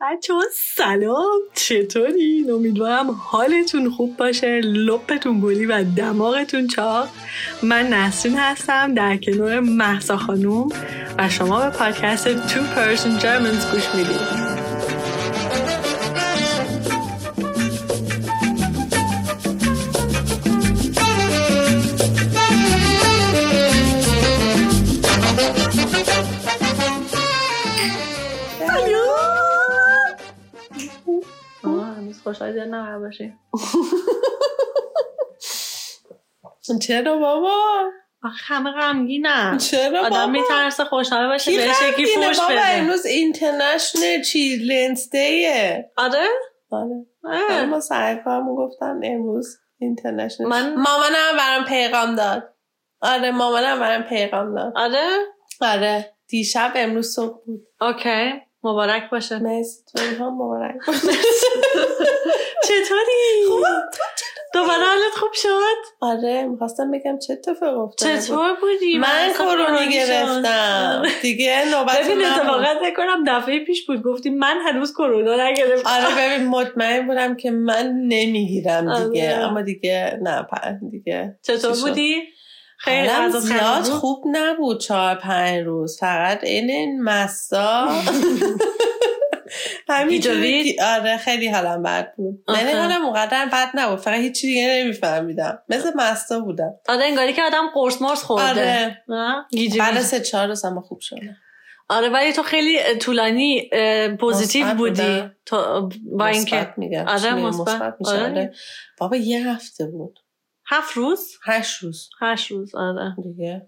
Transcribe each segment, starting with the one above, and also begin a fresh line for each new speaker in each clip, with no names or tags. بچه ها سلام چطورین امیدوارم حالتون خوب باشه لپتون گلی و دماغتون چاق من نسرین هستم در کنار محسا خانوم و شما به پادکست Two Person Germans گوش میدید
آه، هنوز خوشحال زیاد نقل باشی
چرا بابا
آخه همه غمگینم
چرا
آدم میترسه خوشحال باشه بهش یکی فوش بده
امروز اینترنشنل چیلدرنز دیه
آره
آره
آه.
ما سرکارم گفتن امروز اینترنشنال
من-
مامانم برام پیغام داد آره مامانم برام پیغام داد
آره
آره دیشب امروز صبح بود
اوکی مبارک باشه
مرسی تو این هم مبارک
چطوری دوباره حالت خوب شد
آره میخواستم بگم چه اتفاق افتاده بود.
چطور بودی
من
اصلا
کرونا
شد.
گرفتم دیگه نوبت
ببین
من بود.
اتفاقا فکر کنم دفعه پیش بود گفتی من هنوز کرونا نگرفتم
آره ببین مطمئن بودم که من نمیگیرم دیگه
آره.
اما دیگه نه پ- دیگه
چطور
چی شد؟
بودی خیلی
حالم
غذا
زیاد
خیلی
خوب نبود چهار پنج روز فقط این این مسا همینجوری
گیجوی؟
که- آره خیلی حالم بد بود
آها.
یعنی حالم اونقدر بد نبود فقط هیچی دیگه نمیفهمیدم مثل مستا بودم
آره انگاری که آدم قرص مرس خورده
آره
نه؟ گیجی
بعد
گیجی.
سه چهار روز هم خوب شد
آره ولی تو خیلی اه، طولانی اه، پوزیتیو
مثبت
بودی
بودم.
تو با اینکه
مثبت میگم
آره،
چی میگم؟
مثبت.
مثبت میشه
آره.
آره. بابا یه هفته بود
هفت روز
هشت روز
هشت روز آره
دیگه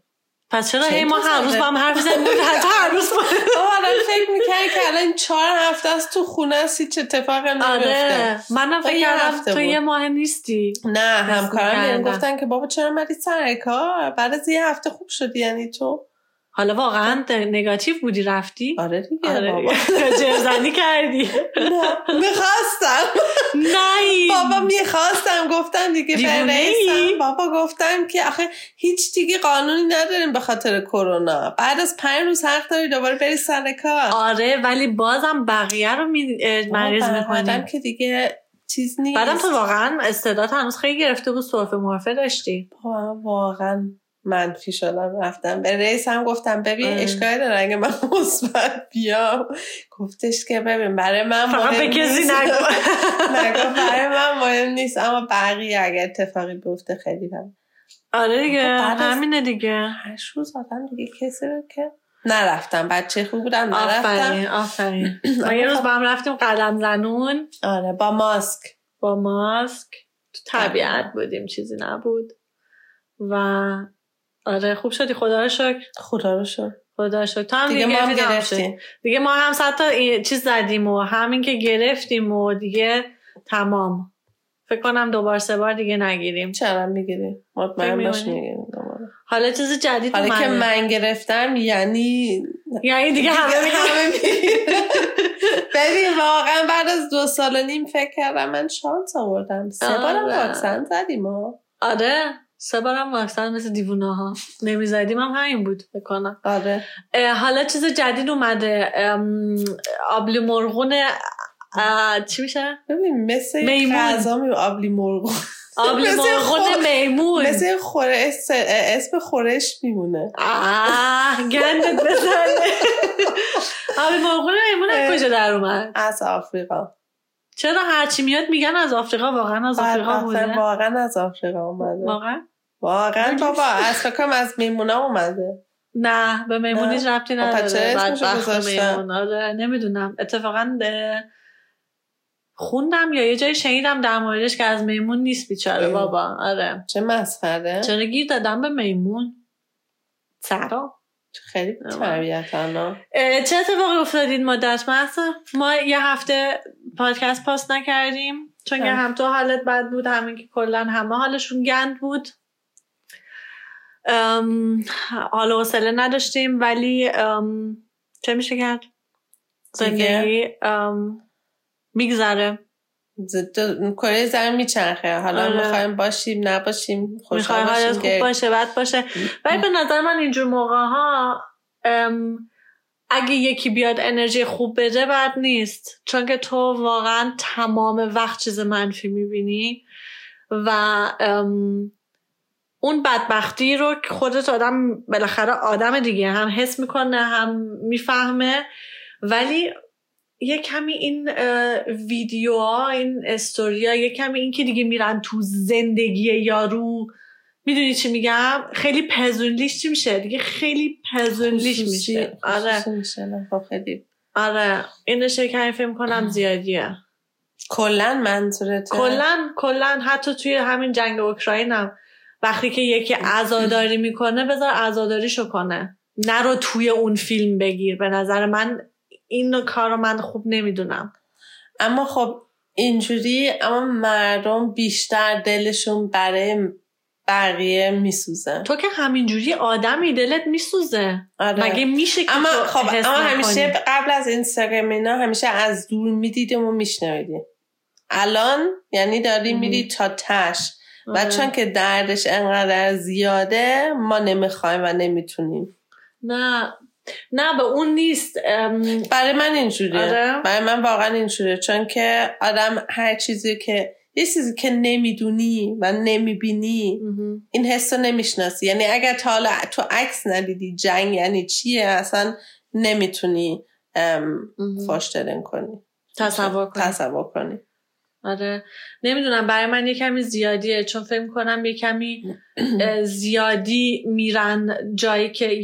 پس چرا
چه
هی ما هر
انتظاره؟
روز با هم حرف میزنیم حتی هر روز با
بابا الان فکر میکنی که الان چهار هفته است تو خونه است هیچ اتفاقی هم نمیفته
آره منم
آه،
فکر
یه
کردم
هفته
تو
بود.
یه ماه نیستی
نه همکارم بهم
می‌کردن.
گفتن که بابا چرا مری سر کار بعد از یه هفته خوب شدی یعنی تو
حالا واقعا نگاتیو بودی رفتی
آره دیگه
آره
بابا
جرزنی کردی
نه میخواستم
نه
بابا میخواستم گفتم دیگه
دیوونه‌ای؟
فرستم بابا گفتم که آخه هیچ دیگه قانونی نداریم به خاطر کرونا بعد از پنج روز حق داری دوباره بری سر کار
آره ولی بازم بقیه رو می... اه، مریض
بابا،
میکنی
بعدم که دیگه چیز نیست
بعدم تو واقعا استعداد هنوز خیلی گرفته بود سرفه مورفه داشتی
بابا، من واقعا منفی شدم رفتم به رئیس هم گفتم ببین
آره.
اشکالی داره اگه من مثبت بیام گفتش که ببین برای من
فقط به
مهم
کسی
نیست.
نگو
نگو برای من مهم نیست اما بقیه اگه اتفاقی بیفته خیلی هم
آره دیگه
خب، بعد از-
همینه دیگه
هشت روز آدم دیگه کسی رو که نرفتم بچه خوب بودم نرفتم
آفرین آفرین ما یه روز با هم رفتیم قدم زنون
آره با ماسک
با ماسک تو طبیعت بودیم چیزی نبود و آره خوب شدی خدا رو شکر
خدا رو شد
خدا رو شکر تو هم
دیگه
دیگه,
ما هم
گرفتی، تمام شد.
گرفتیم
دیگه ما هم صد تا این- چیز زدیم و همین که گرفتیم و دیگه تمام فکر کنم دوبار سه بار دیگه نگیریم
چرا میگیریم مطمئن
فکر
باش
می‌کنی؟
میگیریم
حالا چیز جدید
حالا که
اومده.
من گرفتم یعنی
یعنی دیگه همه
دیگه
می‌گن
همه می‌گیرن. ببین واقعا بعد از دو سال و نیم فکر کردم من شانس آوردم سه بارم
آره.
واکسن زدیم ها.
آره سه بارم واکسن مثل دیوونه ها نمیزدیم هم همین بود بکنم
آره
حالا چیز جدید اومده ام، آبلی مرغون اه، چی میشه؟
ببین مثل
میمون.
غذا می آبلی مرغ
آبلی
مثل
مرغون
خور-
میمون
مثل خورش اسم خورش میمونه
آه گندت بزنه آبلی مرغون میمون از
اه.
کجا در اومد؟
از آفریقا
چرا هرچی میاد میگن از آفریقا واقعا از آفریقا
بدبختن
بوده؟
واقعا از آفریقا اومده
واقعا؟
واقعا بابا از فکرم از میمونا اومده
نه به میمونیش ربطی
خب، پس
نداره
چرا اسمشو
بدبخت
گذاشتن؟
میمون آره نمیدونم اتفاقا اه، خوندم یا یه جایی شنیدم در موردش که از میمون نیست بیچاره
اه.
بابا آره
چه مسخره
چرا گیر دادم به میمون سرا
خیلی
آره.
تربیتانا
چه اتفاقی افتاد این مدت مثلا ما یه هفته پادکست پاس نکردیم چون که
آه.
هم تو حالت بد بود همین که کلا همه حالشون گند بود ام، حال و حوصله نداشتیم ولی ام، چه میشه کرد زندگی ام، میگذره
ز- کره زمین میچرخه حالا
آره.
میخوایم باشیم نباشیم
میخوای
خوشحال
حالت
باشیم
خوب
که
باشه بد باشه ولی به نظر من اینجور موقع ها اگه یکی بیاد انرژی خوب بده بد نیست چون که تو واقعا تمام وقت چیز منفی میبینی و اون بدبختی رو که خودت آدم بالاخره آدم دیگه هم حس میکنه هم میفهمه ولی یه کمی این ویدیوها این استوریا یه کمی این که دیگه میرن تو زندگی یارو میدونی چی میگم خیلی پزونلیش چی میشه دیگه خیلی پزونلیش میشه آره
میشه خب خیلی
آره این شکر فکر کنم زیادیه
کلا منظورت
کلا کلا حتی توی همین جنگ اوکراین هم وقتی که یکی عزاداری میکنه بذار عزاداریشو کنه نرو توی اون فیلم بگیر به نظر من این کار رو من خوب نمیدونم
اما خب اینجوری اما مردم بیشتر دلشون برای بقیه میسوزه
تو که همینجوری آدمی دلت میسوزه
آره.
مگه میشه که
اما
تو
خب
حس
اما
نکنی؟
همیشه قبل از اینستاگرام اینا همیشه از دور میدیدیم و میشنویدیم الان یعنی داری
مم.
میری تا تش و
آره.
چون که دردش انقدر زیاده ما نمیخوایم و نمیتونیم
نه نه به اون نیست ام،
برای من اینجوریه
آره
برای من واقعا اینجوریه چون که آدم هر چیزی که یه چیزی که نمیدونی و نمیبینی
مهم.
این حس رو نمیشناسی یعنی اگر تا حالا تو عکس ندیدی جنگ یعنی چیه اصلا نمیتونی
مهم.
فاشترن کنی
تصور کنی.
تصور کنی
آره نمیدونم برای من یه کمی زیادیه چون فکر کنم یه کمی اه، زیادی میرن جایی که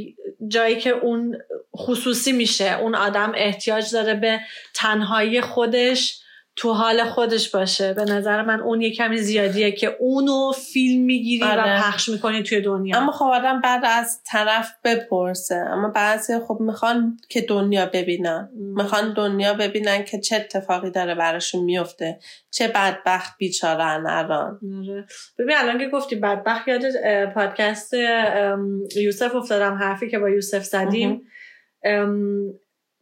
جایی که اون خصوصی میشه اون آدم احتیاج داره به تنهایی خودش تو حال خودش باشه به نظر من اون یه کمی زیادیه که اونو فیلم میگیری
آره.
و پخش میکنی توی دنیا
اما خب آدم بعد از طرف بپرسه اما بعضی خب میخوان که دنیا ببینن میخوان دنیا ببینن که چه اتفاقی داره براشون میفته چه بدبخت بیچارن الان
آره. ببین الان که گفتی بدبخت یاد اه، پادکست ام، یوسف افتادم حرفی که با یوسف زدیم ام،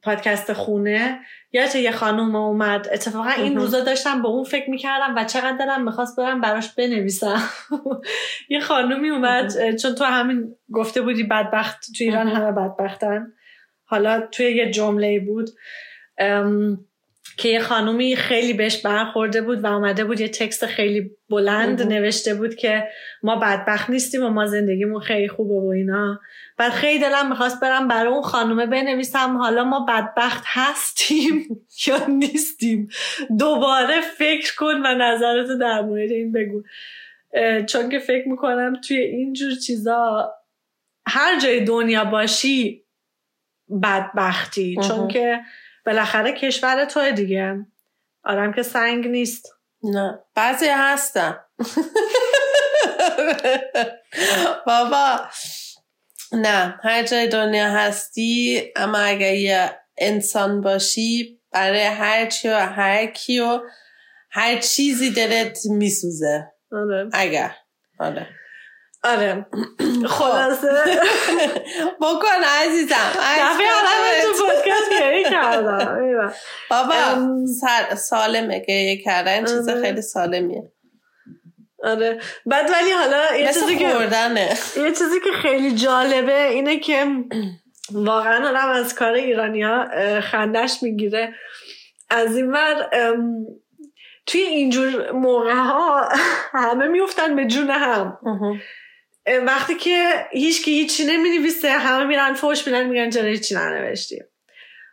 پادکست خونه یا چه یه خانوم اومد اتفاقا این
مهم.
روزا داشتم به اون فکر میکردم و چقدر دلم میخواست برم براش بنویسم یه خانومی اومد اه، چون تو همین گفته بودی بدبخت تو ایران
مهم.
همه بدبختن حالا توی یه جمله بود ام، که یه خانومی خیلی بهش برخورده بود و آمده بود یه تکست خیلی بلند
مهم.
نوشته بود که ما بدبخت نیستیم و ما زندگیمون خیلی خوبه و اینا و خیلی دلم میخواست برم برای اون خانومه بنویسم حالا ما بدبخت هستیم یا نیستیم دوباره فکر کن و نظرتو در مورد این بگو اه، چون که فکر میکنم توی اینجور چیزا هر جای دنیا باشی بدبختی
مهم.
چون که بالاخره کشور تو دیگه آدم که سنگ نیست
نه بعضی هستن بابا نه هر جای دنیا هستی اما اگر یه انسان باشی برای هر چی و هر کی و هر چیزی دلت میسوزه
آره
اگر آره
آره خلاصه
بکن عزیزم
دفعه اول تو پادکست گریه کردم ایول.
بابا
ام،
سر- سالمه گریه کردن چیز
آره.
خیلی سالمیه
آره بعد ولی حالا یه چیزی
مثل
که
خوردنه
یه چیزی که خیلی جالبه اینه که واقعا آدم از کار ایرانی ها خندش میگیره از این ور ام، توی اینجور موقع ها همه میفتن به جون هم ام، وقتی که هیچ که هیچی نمی همه میرن فوش میرن میگن چرا هیچی ننوشتی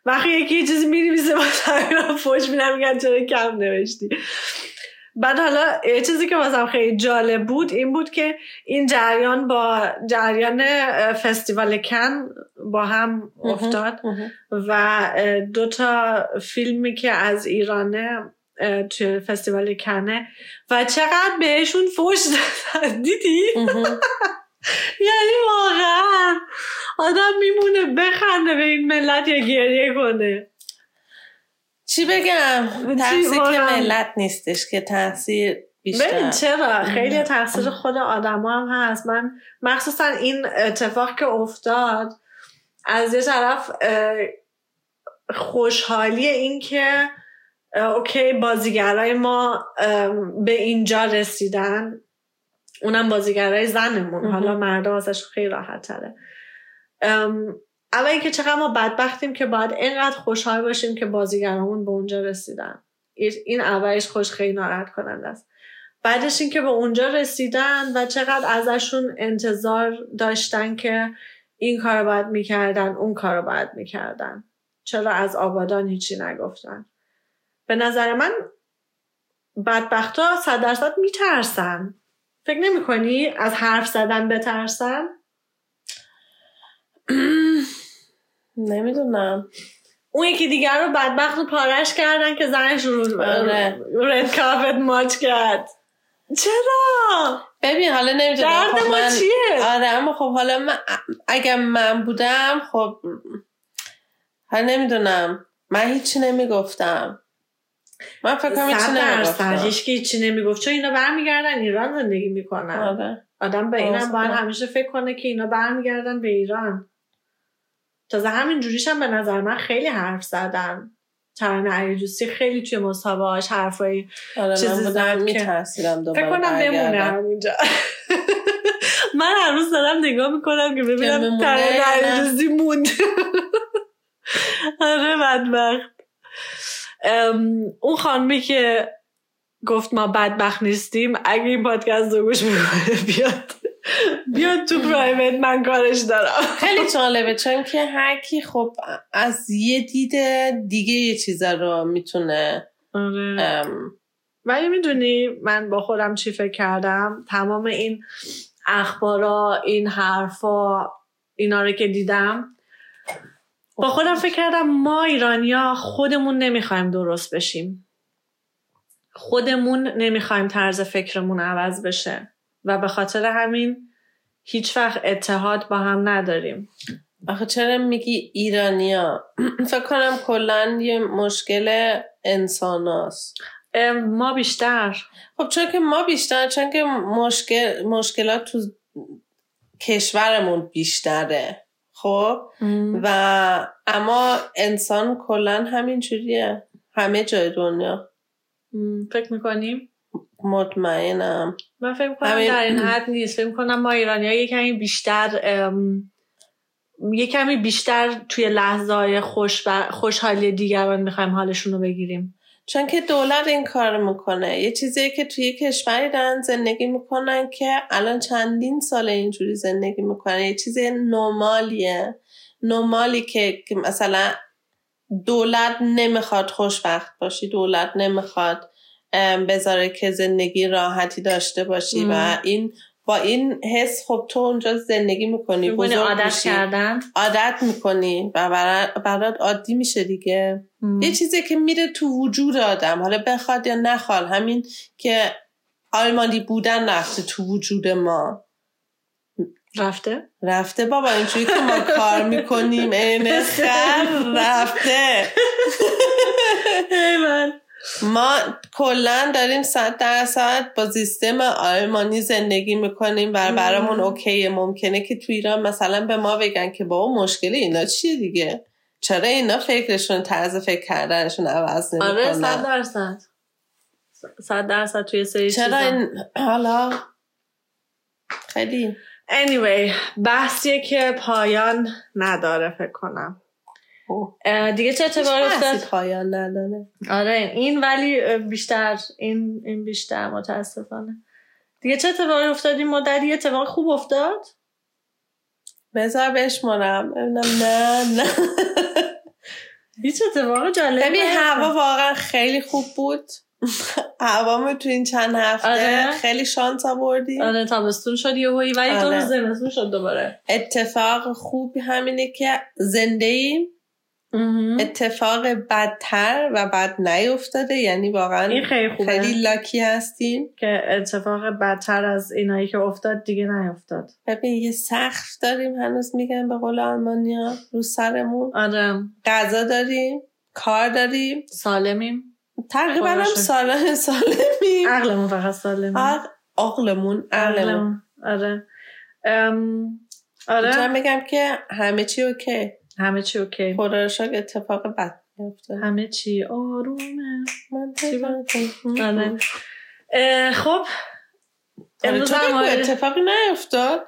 وقتی یکی یه چیزی می نویسه همه میرن فوش میرن میگن چرا کم نوشتی بعد حالا یه چیزی که واسم خیلی جالب بود این بود که این جریان با جریان اه، فستیوال کن با هم افتاد و اه، دو تا فیلمی که از ایرانه اه، توی فستیوال کنه و چقدر بهشون فوش دادن دیدی؟ یعنی واقعا آدم میمونه بخنده به این ملت یا گریه کنه
چی بگم
چی
تقصیر که
واقعا؟
ملت نیستش که تقصیر
ببین
بیشتر
چرا خیلی تقصیر خود آدما هم هست من مخصوصا این اتفاق که افتاد از یه طرف اه، خوشحالی این که اه، اوکی بازیگرای ما ام، به اینجا رسیدن اونم بازیگرای زنمون
مهم.
حالا مردا واسش خیلی راحت تره اول اینکه چقدر ما بدبختیم که باید اینقدر خوشحال باشیم که بازیگرامون به اونجا رسیدن این اولش خوش خیلی ناراحت کننده است بعدش اینکه به اونجا رسیدن و چقدر ازشون انتظار داشتن که این کار رو باید میکردن اون کار رو باید میکردن چرا از آبادان هیچی نگفتن به نظر من بدبخت ها صد درصد میترسن فکر نمی کنی از حرف زدن بترسن
نمیدونم
اون یکی دیگر رو بدبخت رو پارش کردن که زنش رو
آره.
رد کافت ماچ کرد چرا؟
ببین حالا نمیدونم
درد
خب
ما
من
چیه؟
آره اما خب حالا من اگر من بودم خب حالا نمیدونم من هیچی نمیگفتم من فکر کنم هیچی
صد درصد
نمیگفتم
هیچ هیچی نمیگفت چون اینا برمیگردن ایران زندگی میکنن
آره.
آدم به اینم
درسته.
باید همیشه فکر کنه که اینا برمیگردن به ایران تازه همین جوریش هم به نظر من خیلی حرف زدن ترانه علیجوسی خیلی توی مصاحبه‌هاش حرفایی
آره
چیزی
من
زد
بودم
که-
میترسیدم دوباره
فکر کنم
برگردم.
بمونم اینجا من هر روز دارم نگاه میکنم که ببینم
بمونه
ترانه
یا نه.
علیجوسی موند آره بدبخت ام، اون خانمی که گفت ما بدبخت نیستیم اگه این پادکست رو گوش میکنه بیاد بیاد تو پرایوت من کارش دارم
خیلی جالبه چون که هر کی خب از یه دید دیگه یه چیزا رو میتونه
آره. ولی میدونی من با خودم چی فکر کردم تمام این اخبارا این حرفا اینا رو که دیدم با خودم فکر کردم ما ایرانیا خودمون نمیخوایم درست بشیم خودمون نمیخوایم طرز فکرمون عوض بشه و به خاطر همین هیچ وقت اتحاد با هم نداریم
آخه چرا میگی ایرانیا فکر کنم کلا یه مشکل انساناست
ام، ما بیشتر
خب چون که ما بیشتر چون که مشکل مشکلات تو کشورمون بیشتره خب و اما انسان کلا همینجوریه همه جای دنیا
ام، فکر میکنیم
مطمئنم
من فکر کنم
همین-
در این حد نیست فکر کنم ما ایرانی ها یه کمی بیشتر ام، یه کمی بیشتر توی لحظه های خوش بر- خوشحالی دیگران میخوایم حالشون رو بگیریم
چون که دولت این کار میکنه یه چیزی که توی یه کشوری دارن زندگی میکنن که الان چندین سال اینجوری زندگی میکنه یه چیز نرمالیه نرمالی که, که مثلا دولت نمیخواد خوشبخت باشی دولت نمیخواد ام، بذاره که زندگی راحتی داشته باشی
ام.
و این با این حس خب تو اونجا زندگی میکنی
می‌بینی
یعنی بزرگ
عادت
میشی.
کردن
عادت میکنی و برا- برات عادی میشه دیگه یه چیزی که میره تو وجود آدم حالا بخواد یا نخواد همین که آلمانی بودن رفته تو وجود ما
رفته
رفته بابا اینجوری که ما کار میکنیم عین خر رفته ما کلا داریم صد درصد با سیستم آلمانی زندگی میکنیم و برامون اوکیه ممکنه که تو ایران مثلا به ما بگن که بابا مشکل اینا چیه دیگه چرا اینا فکرشون طرز فکر کردنشون عوض نمیکنن
آره صد درصد صد درصد توی سری
چرا
چیزا.
این حالا خیلی
anyway بحثیه که پایان نداره فکر کنم
اوه.
اه، دیگه چه اتفاقی
هیچ
افتاد
بحثی پایان نداره
آره این ولی اه، بیشتر این این بیشتر متاسفانه دیگه چه اتفاقی افتاد این مدت یه اتفاق خوب افتاد
بذار بشمارم ببینم نه نه
هیچ اتفاق جالب
ببین
نیفتاد.
هوا واقعا خیلی خوب بود هوامون تو این چند هفته
آره.
خیلی شانس آوردیم
آره تابستون شد یه هایی ولی دو
آره.
روز زمستون شد دوباره
اتفاق خوب همینه که زنده ایم اتفاق بدتر و بد نیفتاده یعنی واقعا
این خیلی خوبه
خیلی لاکی هستیم
که اتفاق بدتر از اینایی که افتاد دیگه نیفتاد
ببین یه سقف داریم هنوز میگن به قول آلمانیا رو سرمون
آره
غذا داریم کار داریم
سالمیم
تقریبا هم
خلاصه.
سال سالمیم
عقلمون فقط سالمیم
عق- عقلمون آره، عقلمون
آره ام، آره
میتونم بگم که همه چی اوکی
همه چی اوکی
خدا رو شکر اتفاق بد نیفتاده.
همه چی آرومه
من
چی بود؟ آره.
آره.
اه، خب امروز
تو
هم
بگو
آره.
اتفاقی نیفتاد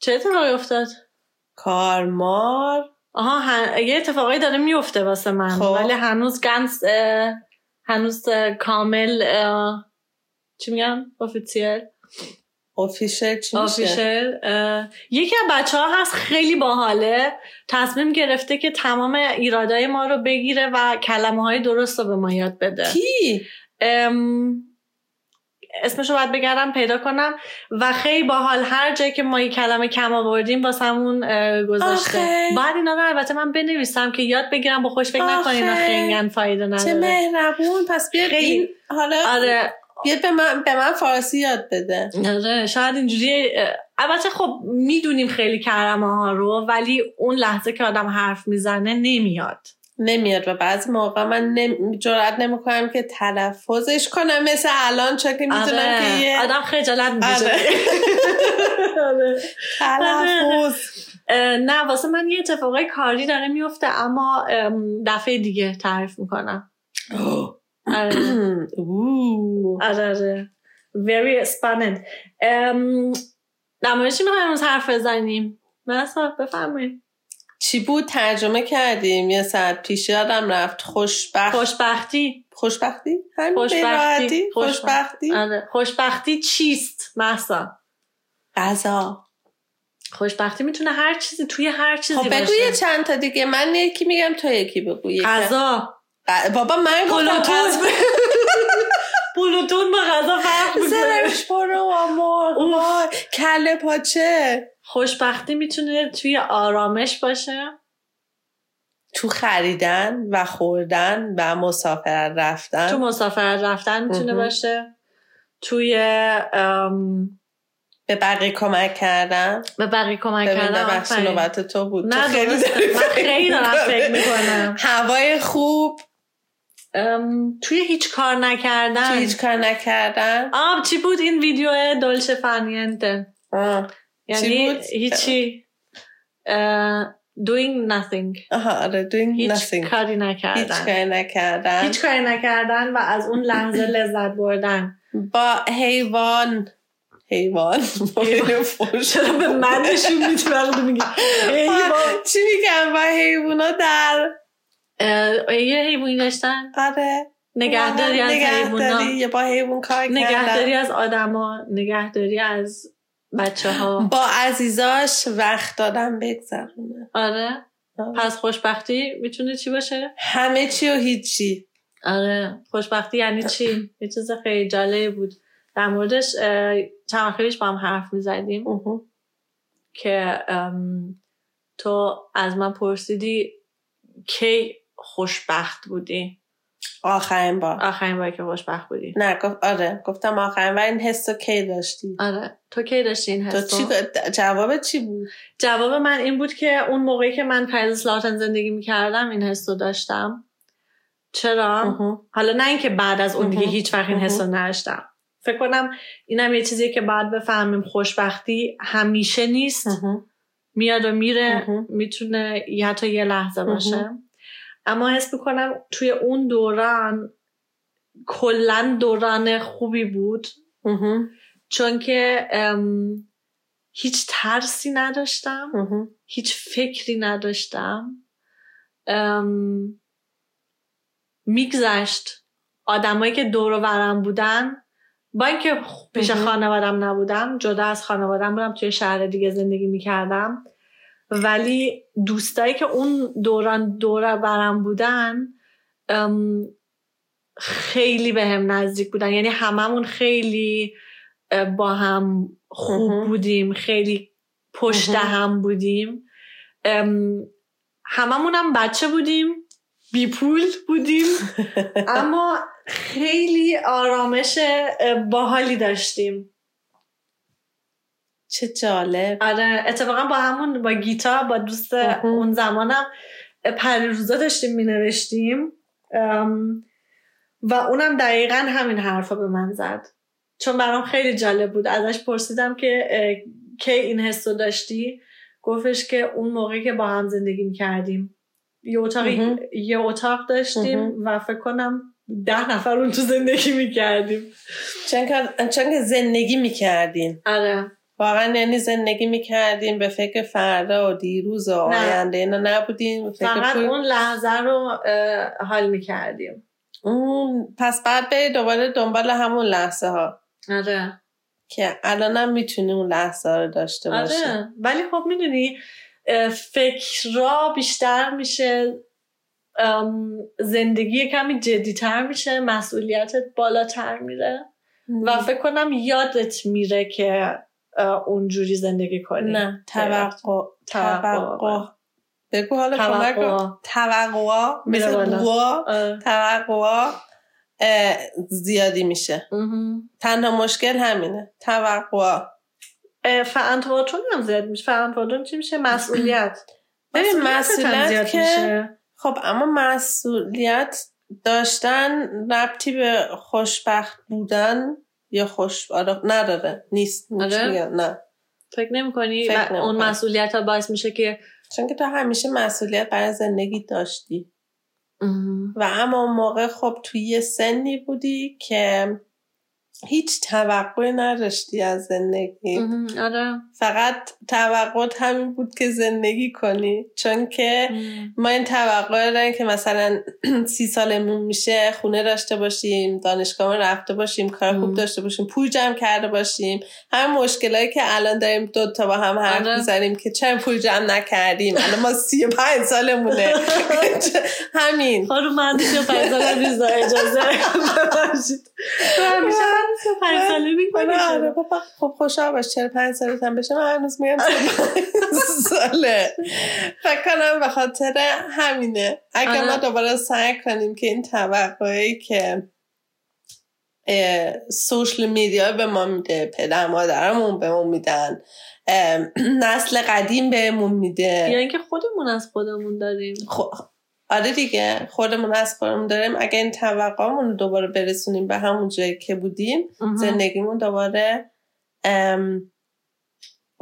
چه اتفاقی افتاد
کارمار
آها هن... یه اتفاقی داره میفته واسه من
خب.
ولی هنوز گنس اه، هنوز اه، کامل اه، چی میگم اوفیسیل
اوفیشل چی میشه
آفیشل یکی از بچه ها هست خیلی باحاله تصمیم گرفته که تمام ایرادای ما رو بگیره و کلمه های درست رو به ما یاد بده
کی
ام، اسمشو باید بگردم پیدا کنم و خیلی باحال هر جایی که ما یه کلمه کم آوردیم واسمون اه، گذاشته
آخه.
بعد اینا رو البته من بنویسم که یاد بگیرم با خوش فکر نکن اینا
آخه.
خنگن
چه
فایده نداره
مهربون پس بیا
آره. خیلی.
این حالا
آره
بیا به من به من فارسی یاد بده
آره شاید اینجوری اه، البته خب میدونیم خیلی کلمه ها رو ولی اون لحظه که آدم حرف میزنه نمیاد
نمیاد و بعضی موقع من نم... جرئت نمیکنم که تلفظش کنم مثل الان چون که میدونم
آره.
که یه
آدم خجالت میکشه
آره.
آره.
تلفظ
اه، نه واسه من یه اتفاقای کاری داره میفته اما ام، دفعه دیگه تعریف میکنم آره
اوه.
آره آره very spannend ام، در مورد چی میخوایم امروز حرف بزنیم مثلا بفرمایید
چی بود ترجمه کردیم یه ساعت پیش یادم رفت خوشبخت
خوشبختی
خوشبختی همین
خوشبختی.
خوشبختی
خوشبخت.
خوشبختی
آره خوشبختی چیست محسا
غذا
خوشبختی میتونه هر چیزی توی هر چیزی
خب بگو یه
باشه
چند تا دیگه من یکی میگم تو یکی بگو یکی.
غذا
ق- بابا من گفتم
پلوتون
غذا.
پلوتون با غذا فرق میکنه
زرش برو آمار وای. کله پاچه
خوشبختی میتونه توی آرامش باشه
تو خریدن و خوردن و مسافرت
تو
رفتن
مسافرت رفتن میتونه
آره. مهم.
باشه توی ام،
به بقیه کمک کردن
به بقیه کمک
ببین
کردن
ببخشید
آفرین.
نوبت تو بود
نه،
تو خیلی
درسته.
داری
من خیلی دارم فکر می‌کنم.
هوای خوب
ام، توی هیچ کار
تو
نکردن
هیچ کار نکردن
آم چی بود این ویدیو دلچه فنینته
آه. چی
یعنی
بود؟
هیچی اه، doing nothing
آها آره doing
هیچ
nothing
کاری
هیچ
نکردن
کاری نکردن
هیچ کاری نکردن و از اون لحظه لذت بردن
با حیوان حیوان
چرا به من نشون میدی وقتی میگی حیوان؟
چی میگم با حیوانا در
اه، یه حیوانی داشتن
آره
نگهداری از
نگهداری
حیوانا
یا با حیوان کار
نگهداری
کردن
از آدما نگهداری از بچه ها
با عزیزاش وقت دادن بگذرونه
آره
آره.
پس خوشبختی میتونه چی باشه
همه چی و هیچی
آره خوشبختی یعنی چی یه چیز خیلی جالبی بود در موردش اه، چند وقت پیش با هم حرف میزدیم
اوه.
که ام، تو از من پرسیدی کی خوشبخت بودی
آخرین بار
آخرین باری که خوشبخت بودی
نه گفت آره گفتم آخرین بار این حس رو کی داشتی
آره تو کی داشتی این
تو
حس
چی
رو؟
گ- جواب چی بود
جواب من این بود که اون موقعی که من پریزسلاتن زندگی میکردم این حس رو داشتم چرا
اوه.
حالا نه اینکه بعد از اون دیگه
مهم.
هیچ وقت این
مهم.
حس رو نداشتم فکر کنم اینم یه چیزیه که باید بفهمیم خوشبختی همیشه نیست
اوه.
میاد و میره
مهم.
میتونه یه- حتی یه لحظه
مهم.
باشه اما حس میکنم توی اون دوران کلا دوران خوبی بود
اوه.
چون که ام، هیچ ترسی نداشتم
اوه.
هیچ فکری نداشتم ام، میگذشت آدمایی که دور و برم بودن با اینکه خ- پیش
مهم.
خانوادم نبودم جدا از خانوادم بودم توی شهر دیگه زندگی میکردم ولی دوستایی که اون دوران دور و برم بودن ام، خیلی به هم نزدیک بودن یعنی هممون خیلی اه، با هم خوب
مهم.
بودیم خیلی پشت
مهم.
هم بودیم ام، هممون هم بچه بودیم بی پول بودیم اما خیلی آرامش اه، باحالی داشتیم
چه جالب
آره اتفاقا با همون با گیتا با دوست
مهم.
اون زمانم اه، پری روزا داشتیم می نوشتیم و اونم دقیقا همین حرفا به من زد چون برام خیلی جالب بود ازش پرسیدم که اه، کی این حس رو داشتی گفتش که اون موقعی که با هم زندگی می کردیم یه اتاق,
مهم.
یه اتاق داشتیم و فکر کنم ده نفر اون تو زندگی می کردیم
چون که, چون که زندگی میکردین
آره
واقعا یعنی زندگی میکردیم به فکر فردا و دیروز و
نه.
آینده اینا نبودیم به فکر
فقط
پول.
اون لحظه رو اه، حال میکردیم
اون پس بعد بری دوباره دنبال همون لحظه ها
آره
که الانم میتونی اون لحظه ها رو داشته باشی
آره ولی خب میدونی فکرها بیشتر میشه ام، زندگی کمی جدیتر میشه مسئولیتت بالاتر میره و فکر کنم یادت میره که اه، اونجوری زندگی کنی
نه توقع
توقع.
توقع بگو حالا کمک کن.
توقع
توقع
میره
مثل
بالا.
بوا
آه.
توقع اه، زیادی میشه
مهم.
تنها مشکل همینه توقع
اه، فانتواتون هم زیاد میشه فانتواتون چی میشه مسئولیت
ببین،
مسئولیتت هم
مسئولیت
زیاد
که-
میشه.
خب اما مسئولیت داشتن ربطی به خوشبخت بودن یا خوش آره، نداره نیست
آره؟
چی میگم؟ نه
فکر نمی کنی
فکر
و اون
نمی‌کنم.
مسئولیت ها باعث میشه که
چون که تو همیشه مسئولیت برای زندگی داشتی و اما اون موقع خب توی یه سنی بودی که هیچ توقعی نداشتی از زندگی
مهم. آره
فقط توقعت همین بود که زندگی کنی چون که ما این توقع رو داریم که مثلا سی سالمون میشه خونه داشته باشیم دانشگاه ما رفته باشیم کار
مم.
خوب داشته باشیم پول جمع کرده باشیم هم مشکلایی که الان داریم دو تا با هم حرف
آره.
میزنیم که چرا پول جمع نکردیم الان ما سی و پنج سالمونه همین
خانم من سی و پنج ساله نیست اجازه ببخشید تو همیشه من سی و پنج ساله می‌کنی
آره، آره
چرا؟
بابا خب خوشحال باش 45 سالت هم بشه من هنوز میگم 45 ساله فکر کنم به خاطر همینه اگر
آره.
ما دوباره سعی کنیم که این توقعی که اه، سوشل میدیا به ما میده پدر مادرمون به ما میدن اه، نسل قدیم بهمون
یا
میده
اینکه خودمون از خودمون داریم
خب، آره دیگه خودمون از خودمون داریم اگر این توقعمون رو دوباره برسونیم به همون جایی که بودیم زندگیمون دوباره ام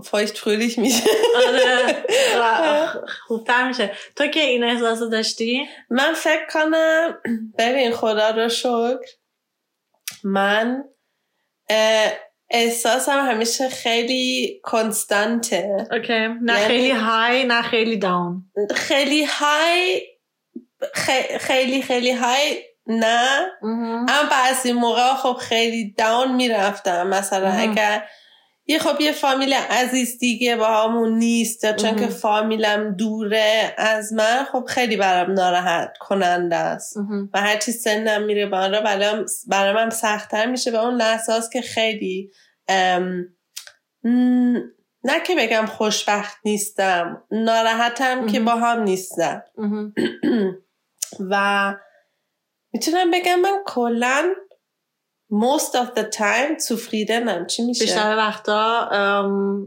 فایش توریش میشه
آره و خوبتر میشه تو که این احساس رو داشتی
من فکر کنم ببین خدا رو شکر من اه، احساسم همیشه خیلی کنستانته
اوکی نه
یعنی-
خیلی های نه خیلی داون
خیلی های خ- خیلی خیلی های نه اما بعضی موقع خب خیلی داون میرفتم مثلا
آها.
اگر یه خب یه فامیل عزیز دیگه با همون نیست یا چون
آها.
که فامیلم دوره از من خب خیلی برام ناراحت کننده است و هرچی سنم میره بالا برام برام هم سختتر میشه و اون لحظه هاست که خیلی ام، م، نه که بگم خوشبخت نیستم ناراحتم که
آها.
با هم نیستم و میتونم بگم من کلا most of the time زufriedenم چی میشه
بیشتر وقتا ام،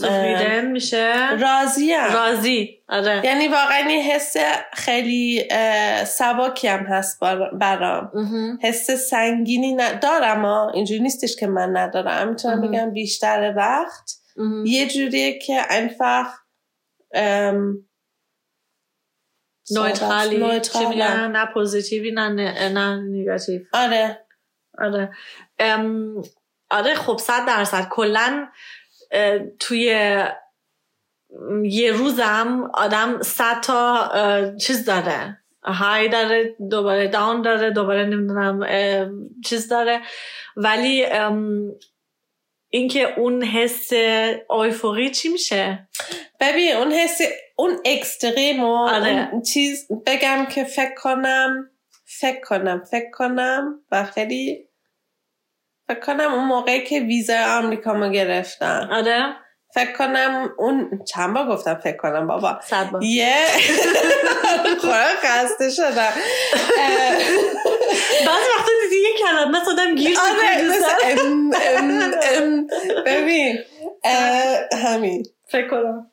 سفریدن میشه
راضیم
راضی آره
یعنی واقعا یه حس خیلی اه، سبکی هم هست بر- برام
مهم.
حس سنگینی ن- دارم ها اینجوری نیستش که من ندارم میتونم
مهم.
بگم بیشتر وقت
مهم.
یه جوریه که einfach ام،
نویترالی چی
neutralم.
میگن نه پوزیتیوی نه نه, نه نگاتیو
آره
آره ام، آره خب صد درصد کلا اه، توی م، یه روزم آدم صد تا اه، چیز داره های داره دوباره داون داره دوباره نمیدونم اه، چیز داره ولی ام، اینکه اون حس اویفوری چی میشه
ببین اون حس اون اکستریم و
آره.
اون چیز بگم که فکر کنم فکر کنم فکر کنم و خیلی فکر کنم اون موقعی که ویزا آمریکا ما گرفتم
آره
فکر کنم اون چند بار گفتم فکر کنم بابا
صد بار
یه خورا خسته شدم اه،
بعض وقتا دیدی یه کلمه آدم گیر
آره
می‌کنه
مثل
دوستان.
ام، ام، ام. ببین اه، همین
فکر کنم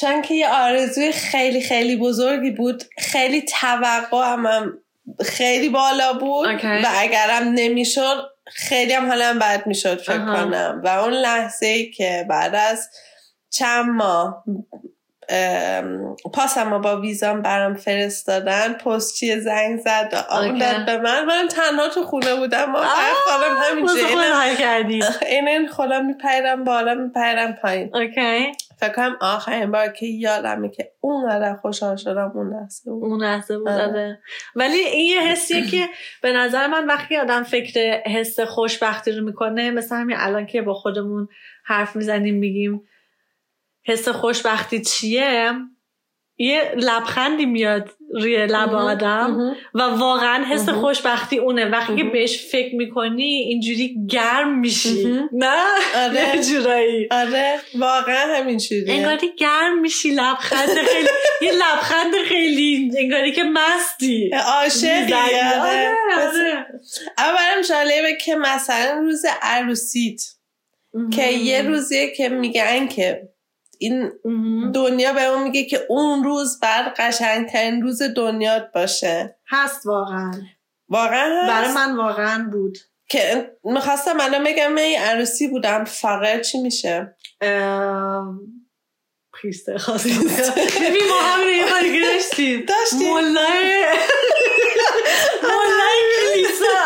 چون که یه آرزوی خیلی خیلی بزرگی بود خیلی توقعم هم خیلی بالا بود
اوکی.
و اگرم نمیشد خیلی هم حالم بد میشد فکر
آها.
کنم و اون لحظه ای که بعد از چند ماه ام، پاسم رو با ویزام برام فرستادن پستچی زنگ زد و آب
آکی.
داد به من من تنها تو خونه بودم و هر خانم
واسه
همینجا
خودت
اینن-
حل کردی
اینن خودم میپریدم بالا میپریدم پایین
اوکی
فکر کنم آخرین بار که یادمه که اونقدر خوشحال شدم اون لحظه بود
اون لحظه بود
آره.
آره. ولی این یه حسیه که به نظر من وقتی آدم فکر حس خوشبختی رو میکنه مثل همین الان که با خودمون حرف میزنیم میگیم حس خوشبختی چیه یه لبخندی میاد روی لب
مهم.
آدم
مهم.
و واقعا حس
مهم.
خوشبختی اونه وقتی که
مهم.
بهش فکر میکنی اینجوری گرم میشی
مهم.
نه
آره
یه جورایی
آره واقعا همین شده
انگاری گرم میشی لبخند خیلی یه لبخند خیلی انگاری که مستی
عاشقی
می‌زنی.
آره.
آره،
مثلا-
آره.
اما برام جالبه که مثلا روز عروسیت که یه روزیه که میگن که این
مهم.
دنیا به اون میگه که اون روز بعد قشنگترین روز دنیات باشه
هست واقعا
واقعا هست.
برای من واقعا بود
که میخواستم الان بگم من یه عروسی بودم فقر چی میشه
ام، خیسته خواستم ببین ما هم رو یه بار گرفتیم
داشتیم.
مولای مولای کلیسا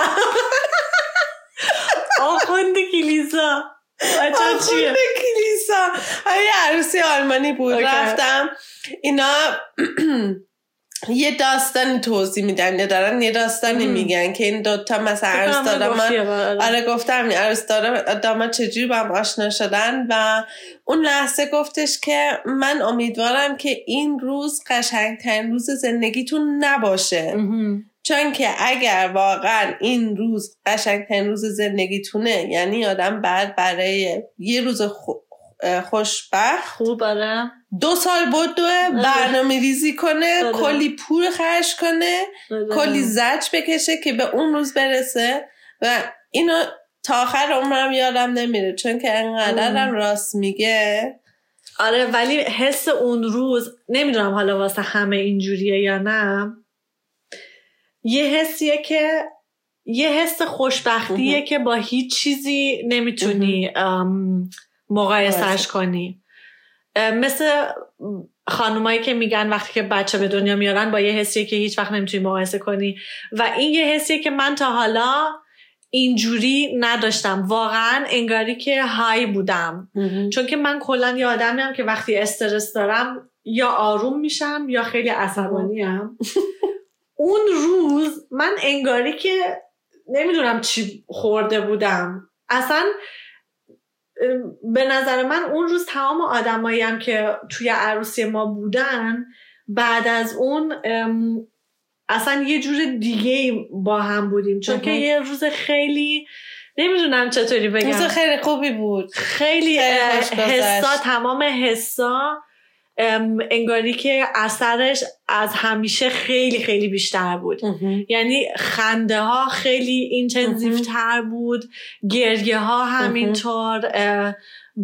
آخوند کلیسا بچه
آخوند
چیه
کلیسا آره، یه عروسی آلمانی بود
اوکی.
رفتم اینا یه داستانی توضیح میدن یا دارن یه داستانی
مم.
میگن که این دوتا مثلا عروس دادن من آره گفتم این عروس داره- داماد چجوری با هم آشنا شدن و اون لحظه گفتش که من امیدوارم که این روز قشنگترین روز زندگیتون نباشه چون که اگر واقعا این روز قشنگترین روز زندگیتونه یعنی آدم بعد برای یه روز خو- خوشبخت
خوب آره
دو سال بدوه برنامه ریزی کنه
آره.
کلی پول خرج کنه
آره.
کلی زج بکشه که به اون روز برسه و اینو تا آخر عمرم یادم نمیره چون که انقدرم راست میگه
آره ولی حس اون روز نمیدونم حالا واسه همه اینجوریه یا نه یه حسیه که یه حس خوشبختیه
مهم.
که با هیچ چیزی نمیتونی ام، مقایسهش
مقایسه.
کنی ام، مثل خانمایی که میگن وقتی که بچه به دنیا میارن با یه حسیه که هیچ وقت نمیتونی مقایسه کنی و این یه حسیه که من تا حالا اینجوری نداشتم واقعا انگاری که های بودم چون که من کلا یه آدمی هم که وقتی استرس دارم یا آروم میشم یا خیلی عصبانی هم اون روز من انگاری که نمیدونم چی خورده بودم اصلا ام، به نظر من اون روز تمام آدمایی هم که توی عروسی ما بودن بعد از اون ام، اصلا یه جور دیگه با هم بودیم چون که
مهم.
یه روز خیلی نمیدونم چطوری بگم
روز خیلی خوبی بود
خیلی
خیلی
اه،
خوش گذشت.
حسا تمام حسا ام، انگاری که اثرش از همیشه خیلی خیلی بیشتر بود یعنی خنده ها خیلی اینتنسیو تر بود گریه ها همینطور اه،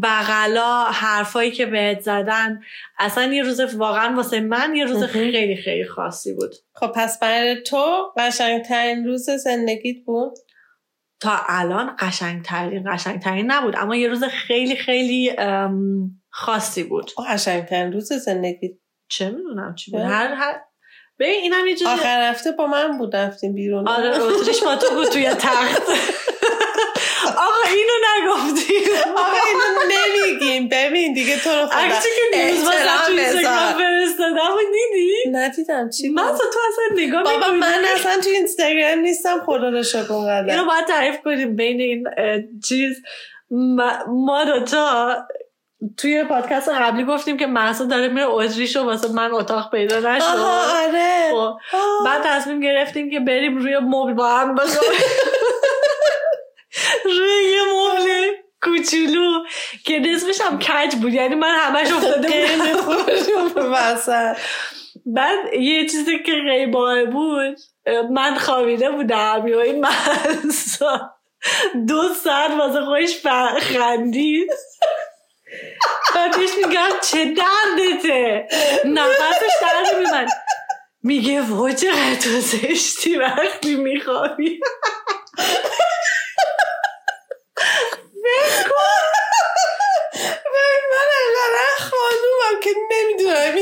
بغلا حرفایی که بهت زدن اصلا یه روز واقعا واسه من یه روز
مهم.
خیلی خیلی خاصی بود
خب پس برای تو قشنگترین روز زندگیت بود
تا الان قشنگترین قشنگترین نبود اما یه روز خیلی خیلی ام، خاصی بود
آه، قشنگترین روز زندگیت
چه میدونم چی بود
بله.
هر هر ببین اینم یه جوری
آخر هفته با من بود رفتیم بیرون
آره اتریش با تو بود توی تخت آقا اینو نگفتی
آقا اینو نمیگیم ببین دیگه تو رو خدا
عکسی که نیوز واسه تو
احترام
اینستاگرام
بذار.
فرستادم و دیدی
ندیدم چی
من
بود
اصلا تو اصلا نگاه
بابا
نکنی.
من اصلا تو اینستاگرام نیستم خدا رو شکر اونقدر.
اینو باید تعریف کنیم بین این اه، چیز ما- ما دوتا توی پادکست قبلی گفتیم که محسا داره میره اتریش و واسه من اتاق پیدا نشد
آها آره
خب، بعد تصمیم گرفتیم که بریم روی مبل با هم بخوابیم روی یه مبل کوچولو که نصفش هم کج بود یعنی من همش افتاده بودم
وسط
بعد یه چیزی که غیبای بود من خوابیده بودم یا این مرسا دو ساعت واسه خودش ف- خندید بعد بهش میگم چه دردته نفسش درد میبند میگه وای چقدر تو زشتی وقتی میخوابی
من انقدر خانومم که نمیدونم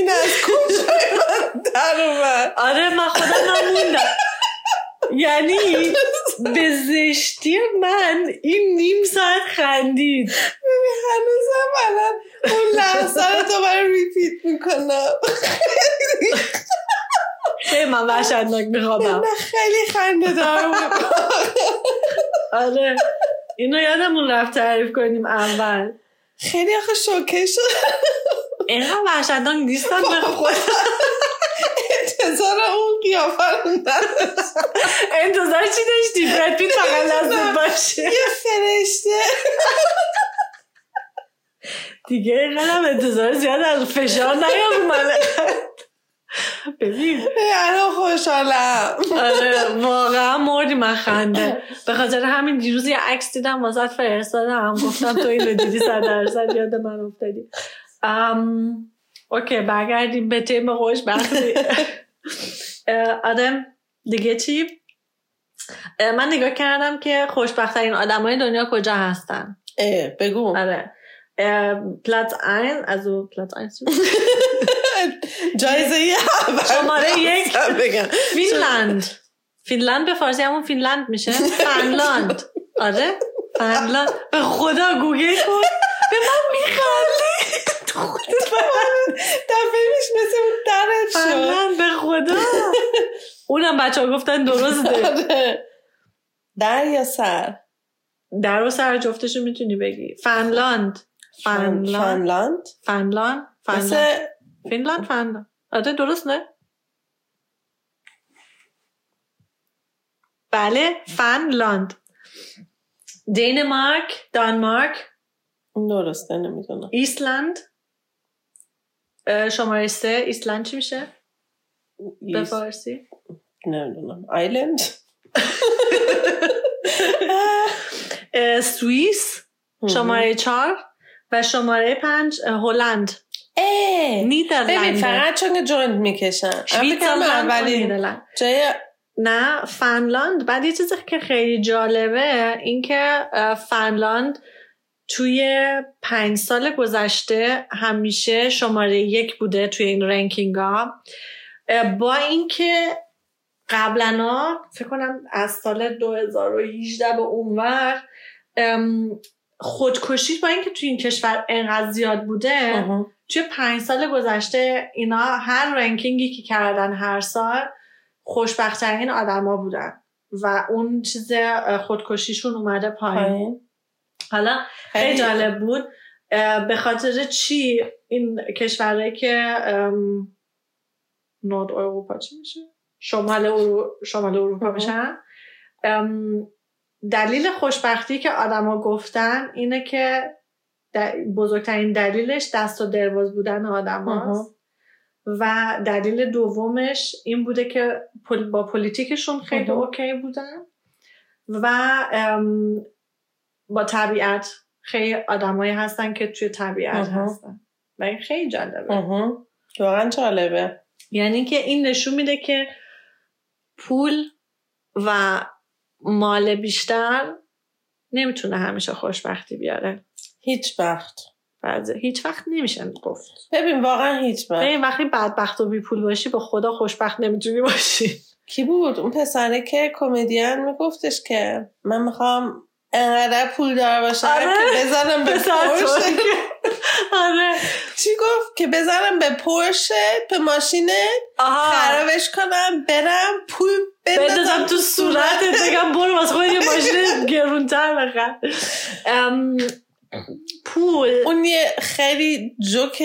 آره من خودم نموندم یعنی به زشتی من این نیم ساعت خندید
هنوزم الان اون لحظه رو دوباره ریپیت میکنم
خیلی من وحشتناک میخوابم
نه خیلی خنده دار بود
آره اینو یادمون رفت تعریف کنیم اول
خیلی آخه شوکه شد
اینقدر وحشتناک نیستم به خود
انتظار اون قیافه رو نداشت.
انتظار چی داشتی برد پیت فقط لذت باشه
یه فرشته
دیگه اینقدرم انتظار زیاد از فشار نیام من ببین
الان خوشحالم
آره واقعا مردی من خنده به خاطر همین دیروز یه عکس دیدم واسه فرستادم گفتم تو اینو دیدی صد درصد یاد من افتادی ام، اوکی برگردیم به تیم خوش بخشی آدم دیگه چی اه، من نگاه کردم که خوشبختترین آدمای دنیا کجا هستن
اه، بگو
آره اه، پلات این از او پلات این چی بود؟
جایزه یه اول
شماره یک.
بگم
فینلند فینلند به فارسی همون فینلند میشه فنلاند آره فنلاند به خدا گوگل کن به من میخندی تو خودت
دفعه پیش مثل اون درت شد
فنلاند به خدا اونم بچه ها گفتن درسته
آره. در یا سر
در و سر جفتشو میتونی بگی فنلاند
فن-
فنلاند
فنلاند
فنلاند فنلاند
مثل
فنلاند فنلاند آره درست نه بله فنلاند دینمارک دانمارک
این درسته نمیدونم
ایسلند اه، شماره سه ایسلند چی میشه به فارسی
نمیدونم آیلند
اه، سوئیس شماره چهار و شماره پنج اه، هلند
اه. ببین
نیدرلند
فقط چون که جوینت میکشن
شویتزرلند و
اولین
نیدرلند.
جای
نه فنلاند بعد یه چیزی که خیلی جالبه این که اه، فنلاند توی پنج سال گذشته همیشه شماره یک بوده توی این رنکینگ ها با اینکه قبلا ها، فکر کنم از سال 2018 به اونور ام، خودکشی با اینکه توی این کشور انقدر زیاد بوده
آها.
توی پنج سال گذشته اینا هر رنکینگی که کردن هر سال خوشبختترین آدما بودن و اون چیز اه، خودکشیشون اومده پایین
پایین
حالا خیلی جالب بود اه، به خاطر چی این کشورهایی که ام، نورد اروپا چی میشه شمال, اورو... شمال اروپا
آها.
میشن ام، دلیل خوشبختی که آدما گفتن اینه که د- بزرگترین دلیلش دست و درواز بودن آدم
آها.
و دلیل دومش این بوده که پل- با پلیتیکشون خیلی
آها.
اوکی بودن و ام، با طبیعت خیلی آدمایی هستن که توی طبیعت
آها.
هستن و این خیلی جالبه
آها. واقعا جالبه
یعنی که این نشون میده که پول و مال بیشتر نمیتونه همیشه خوشبختی بیاره
هیچ وقت
بعضی هیچ وقت نمیشه گفت
ببین واقعا هیچ وقت
ببین وقتی بدبخت و بی پول باشی به خدا خوشبخت نمیتونی باشی
کی بود اون پسره که کمدین میگفتش که من میخوام انقدر پول دار باشم
آره.
که بزنم به
پسر تو.
پرشه
آره
چی گفت که بزنم به پرشه به ماشینه
آها
خرابش کنم برم پول
بندازم تو صورتت بگم برو واسه خودت یه ماشین گرونتر بخر ام، پول
اون یه خیلی جوک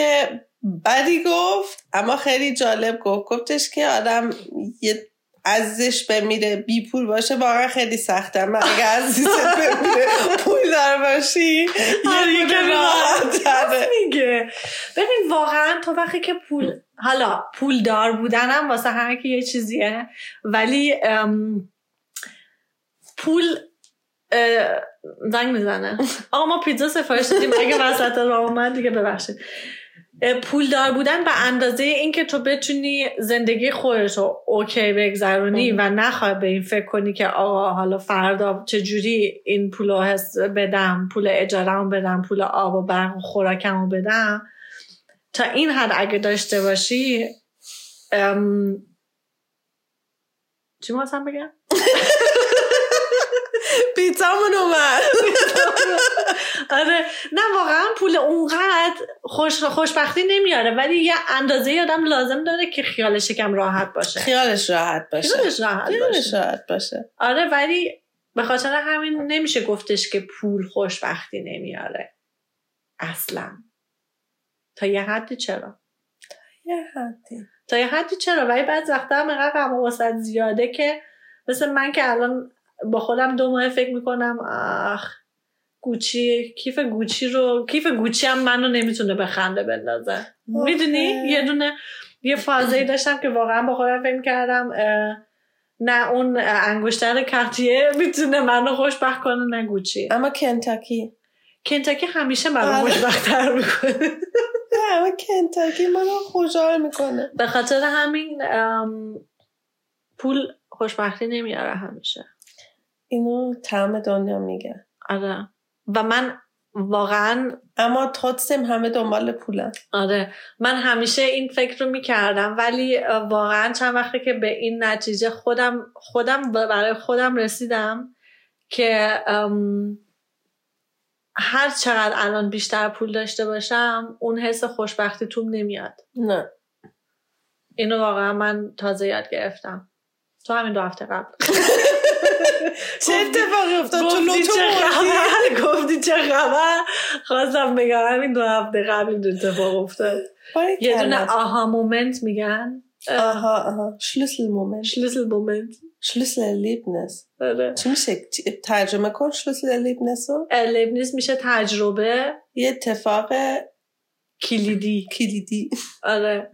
بدی گفت اما خیلی جالب گفت گفتش که آدم یه ازش بمیره بی پول باشه واقعا خیلی سخته اما اگه عزیزت بمیره پول دار باشی
آره،
یه
یه
پول
کمی
راحت‌تره.
میگه ببین واقعا تو وقتی که پول حالا پول دار بودنم واسه هر کی یه چیزیه ولی ام، پول اه، زنگ میزنه آقا ما پیتزا سفارش دادیم اگه وسط راه اومد دیگه ببخشید اه، پولدار بودن به اندازه اینکه تو بتونی زندگی خودتو اوکی بگذرونی و نخوای به این فکر کنی که آقا حالا فردا چجوری این پولو حس بدم پول اجارم بدم پول آب و برق و خوراکمو بدم تا این حد اگه داشته باشی ام، چی میخواستم بگم
پیتزامون اومد
آره نه واقعا پول اونقدر خوش خوشبختی نمیاره ولی یه اندازه یادم آدم لازم داره که خیالش یکم راحت باشه
خیالش راحت باشه
خیالش راحت باشه
خیالش راحت باشه
آره ولی به خاطر همین نمیشه گفتش که پول خوشبختی نمیاره اصلا تا یه حدی چرا
یه حدی
تا یه حدی چرا ولی بعد وقتا هم اینقدر غم و غصت زیاده که مثل من که الان با خودم دو ماه فکر میکنم آخ گوچی کیف گوچی رو کیف گوچی هم منو نمیتونه به خنده بندازه میدونی یه دونه یه فازه داشتم که واقعا با خودم فکر کردم نه اون انگشتر کتیه میتونه منو خوشبخت کنه نه گوچی
اما کنتاکی
کنتاکی همیشه منو
آره.
خوشبختتر میکنه
نه، اما کنتاکی منو خوشحال میکنه
به خاطر همین ام، پول خوشبختی نمیاره همیشه
اینو تمام دنیا میگه
آره و من واقعا
اما تاتسم همه دنبال پولن
آره من همیشه این فکر رو میکردم ولی اه، واقعا چند وقته که به این نتیجه خودم خودم برای خودم رسیدم که ام، هر چقدر الان بیشتر پول داشته باشم اون حس خوشبختی توم نمیاد
نه
اینو واقعا من تازه یاد گرفتم تو همین دو هفته قبل
چه اتفاقی افتاد تو
گفتی
لوتو
چه
بردی؟
خبر گفتی چه خبر خواستم بگم همین دو هفته قبل این اتفاق افتاد
باریک
یه دونه
کلا.
آها مومنت میگن
آها آها شلوسل مومنت
شلوسل مومنت
شلوسل لیبنس
آره
چی میشه چی- ترجمه کن شلوسل لیبنس رو
لبنیز میشه تجربه
یه اتفاق
کلیدی
کلیدی
آره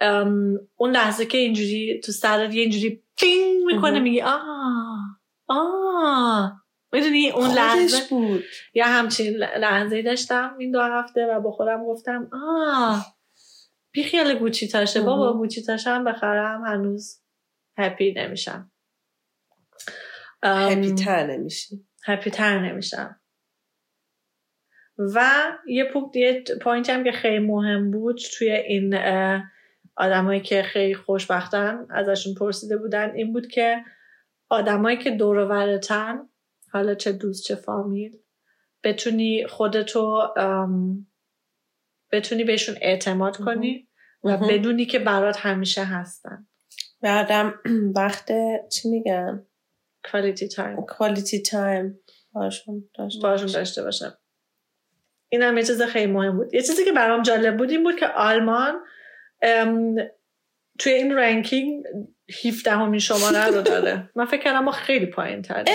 ام، اون لحظه که اینجوری تو سرت یه اینجوری پینگ میکنه
مهم.
میگی آه آه میدونی اون لحظه
خودش بود
یا همچین لحظه داشتم این دو هفته و با خودم گفتم آه بی خیال گوچی تاشه بابا
مهم.
گوچی تاشم بخرم هنوز هپی نمیشم ام،
هپی تر نمیشی
هپی تر نمیشم و یه پوک یه پوینت هم که خیلی مهم بود توی این اه، آدمایی که خیلی خوشبختن ازشون پرسیده بودن این بود که آدمایی که دور و برتن، حالا چه دوست چه فامیل بتونی خودتو ام، بتونی بهشون اعتماد
مهم.
کنی و بدونی که برات همیشه هستن
بعدم وقت چی میگن
کوالیتی تایم
کوالیتی تایم باشون داشته
باشون
باشی.
داشته باشم این هم یه چیز خیلی مهم بود یه چیزی که برام جالب بود این بود که آلمان ام، توی این رنکینگ 17 همین شماره رو داره من فکر کردم ما خیلی آره. پایین تریم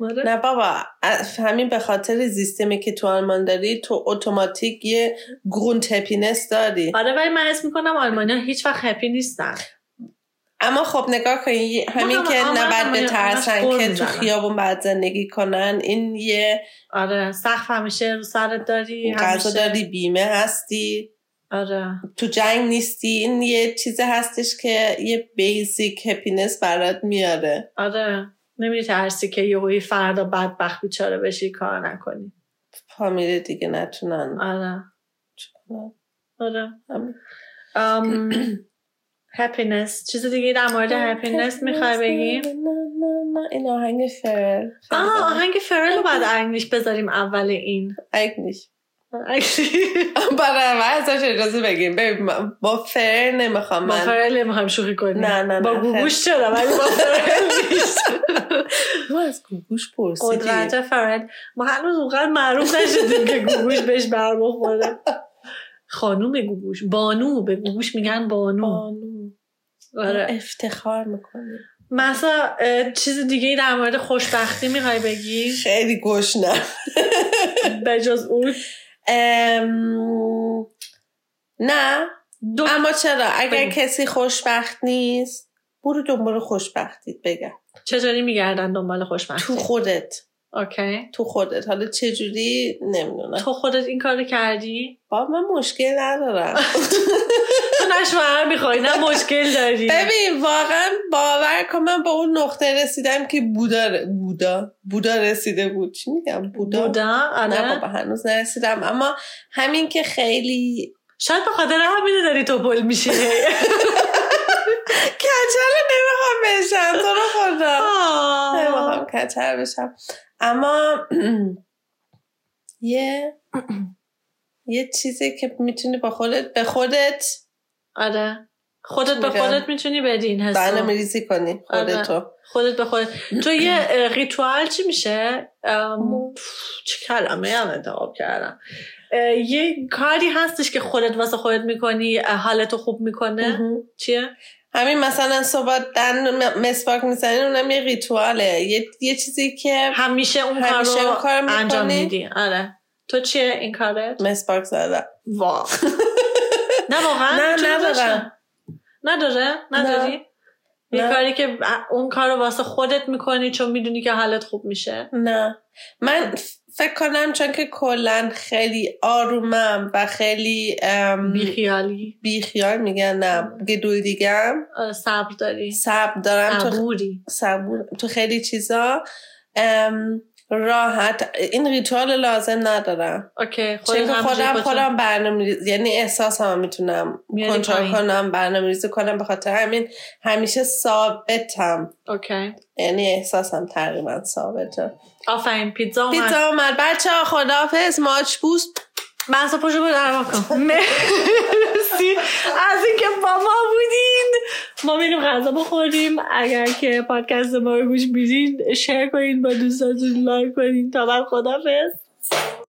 اه، نه بابا از- همین به خاطر سیستمی که تو آلمان داری تو اتوماتیک یه گروند هپینس داری
آره ولی من حس میکنم آلمانیا هیچ وقت هپی نیستن
اما خب نگاه کنی یه- همین
هم-
که
هم- هم-
نباید
همش
بترسن
قر
که تو
می‌زنن.
خیابون بعد زندگی کنن این یه
آره سقف همیشه رو سرت داری
غذا
همیشه-
داری بیمه هستی
آره
تو جنگ نیستی این یه چیز هستش که یه بیسیک هپینس برات میاره
آره نمیترسی که یهویی فردا بدبخت بیچاره بشی کار نکنی
پا میره دیگه نتونن
آره آره
همین.
ام هپینس چیز دیگه در مورد هپینس میخوای بگیم
نه نه نه این آهنگ فرل
آها آهنگ فرل رو باید انگلیش بذاریم اول این
آهنگ
با
برای من ازش اجازه بگیم ببین من- با فر نمیخوام من
فرل میخوایم شوخی کنیم
نه، نه،
با
نه،
گوگوش چرا ولی با فرل نیست
تو از گوگوش پرسیدی
قدرت فرل ما هنوز اونقدر معروف نشدیم که گوگوش بهش بر بخوره خانوم گوگوش بانو به گوگوش میگن بانو
بانو.
آره
افتخار میکنی
مثلا چیز دیگه در مورد خوشبختی میخوای بگی
خیلی گشنم
به جز اون
ام، نه
دو
اما چرا اگر
بگو.
کسی خوشبخت نیست برو دنبال خوشبختی بگم
چطوری میگردن دنبال خوشبختی
تو خودت
اوکی
تو خودت حالا چجوری نمیدونم
تو خودت این کار رو کردی
با من مشکل ندارم
تو نشوهر میخوای نه مشکل داری
ببین واقعا باور کن من به اون نقطه رسیدم که بودا بودا بودا رسیده بود چی میگم بودا,
بودم
نه
آره
بابا هنوز نرسیدم اما همین که خیلی
شاید به خاطر همینه داری تو پل میشی
کچل نمیخوام نمیخوام بشم تو رو خدا
آه.
نمیخوام کچر بشم اما یه یه چیزی که میتونی با خودت به خودت
آره خودت به
میگم؟ بله،
خودت میتونی بدی این حسو.
برنامه ریزی کنی خودتو
خودت به خودت تو یه اه، ریتوال چی میشه ام، پف، چه کلمه هم انتخاب کردم اه، یه کاری هستش که خودت واسه خودت میکنی حالتو خوب میکنه
مهم.
چیه؟
همین مثلا صبح دن م- مسواک میزنین اونم یه ریتواله یه, یه چیزی که
همیشه اون کار
همیشه اون
رو
کار می‌کنی؟
انجام میدی آره تو چیه این کارت؟
مسواک زدم
وا نه واقعا
نه،
چرا
ندارم.
داشتم؟ نداره؟ نداری؟ یه
نه.
کاری که اون کار رو واسه خودت میکنی چون میدونی که حالت خوب میشه
نه من ف- فکر کنم چون که کلا خیلی آرومم و خیلی ام،
بیخیالی
بیخیال میگن نه گدودیگم
آره، صبر داری
صبر دارم تو
صبوری
صبور تو خیلی چیزا ام، راحت این ریتوال لازم ندارم
اوکی
چون که
خودت
خودم
خودم
خودم برنامه یعنی احساس هم میتونم
میاری
کنترل
پایین.
کنم برنامه ریزی کنم به خاطر همین همیشه ثابتم
اوکی
یعنی احساسم تقریبا ثابته
آفرین پیتزا اومد
پیتزا
پیتزا
اومد بچه ها خدافز ماچ بوست
مغز پشو بود عربا کن مرسی از اینکه با ما بودین ما میریم غذا بخوریم اگر که پادکست ما رو گوش میدین شیر کنین با دوستاتون لایک کنین تا بعد خدافز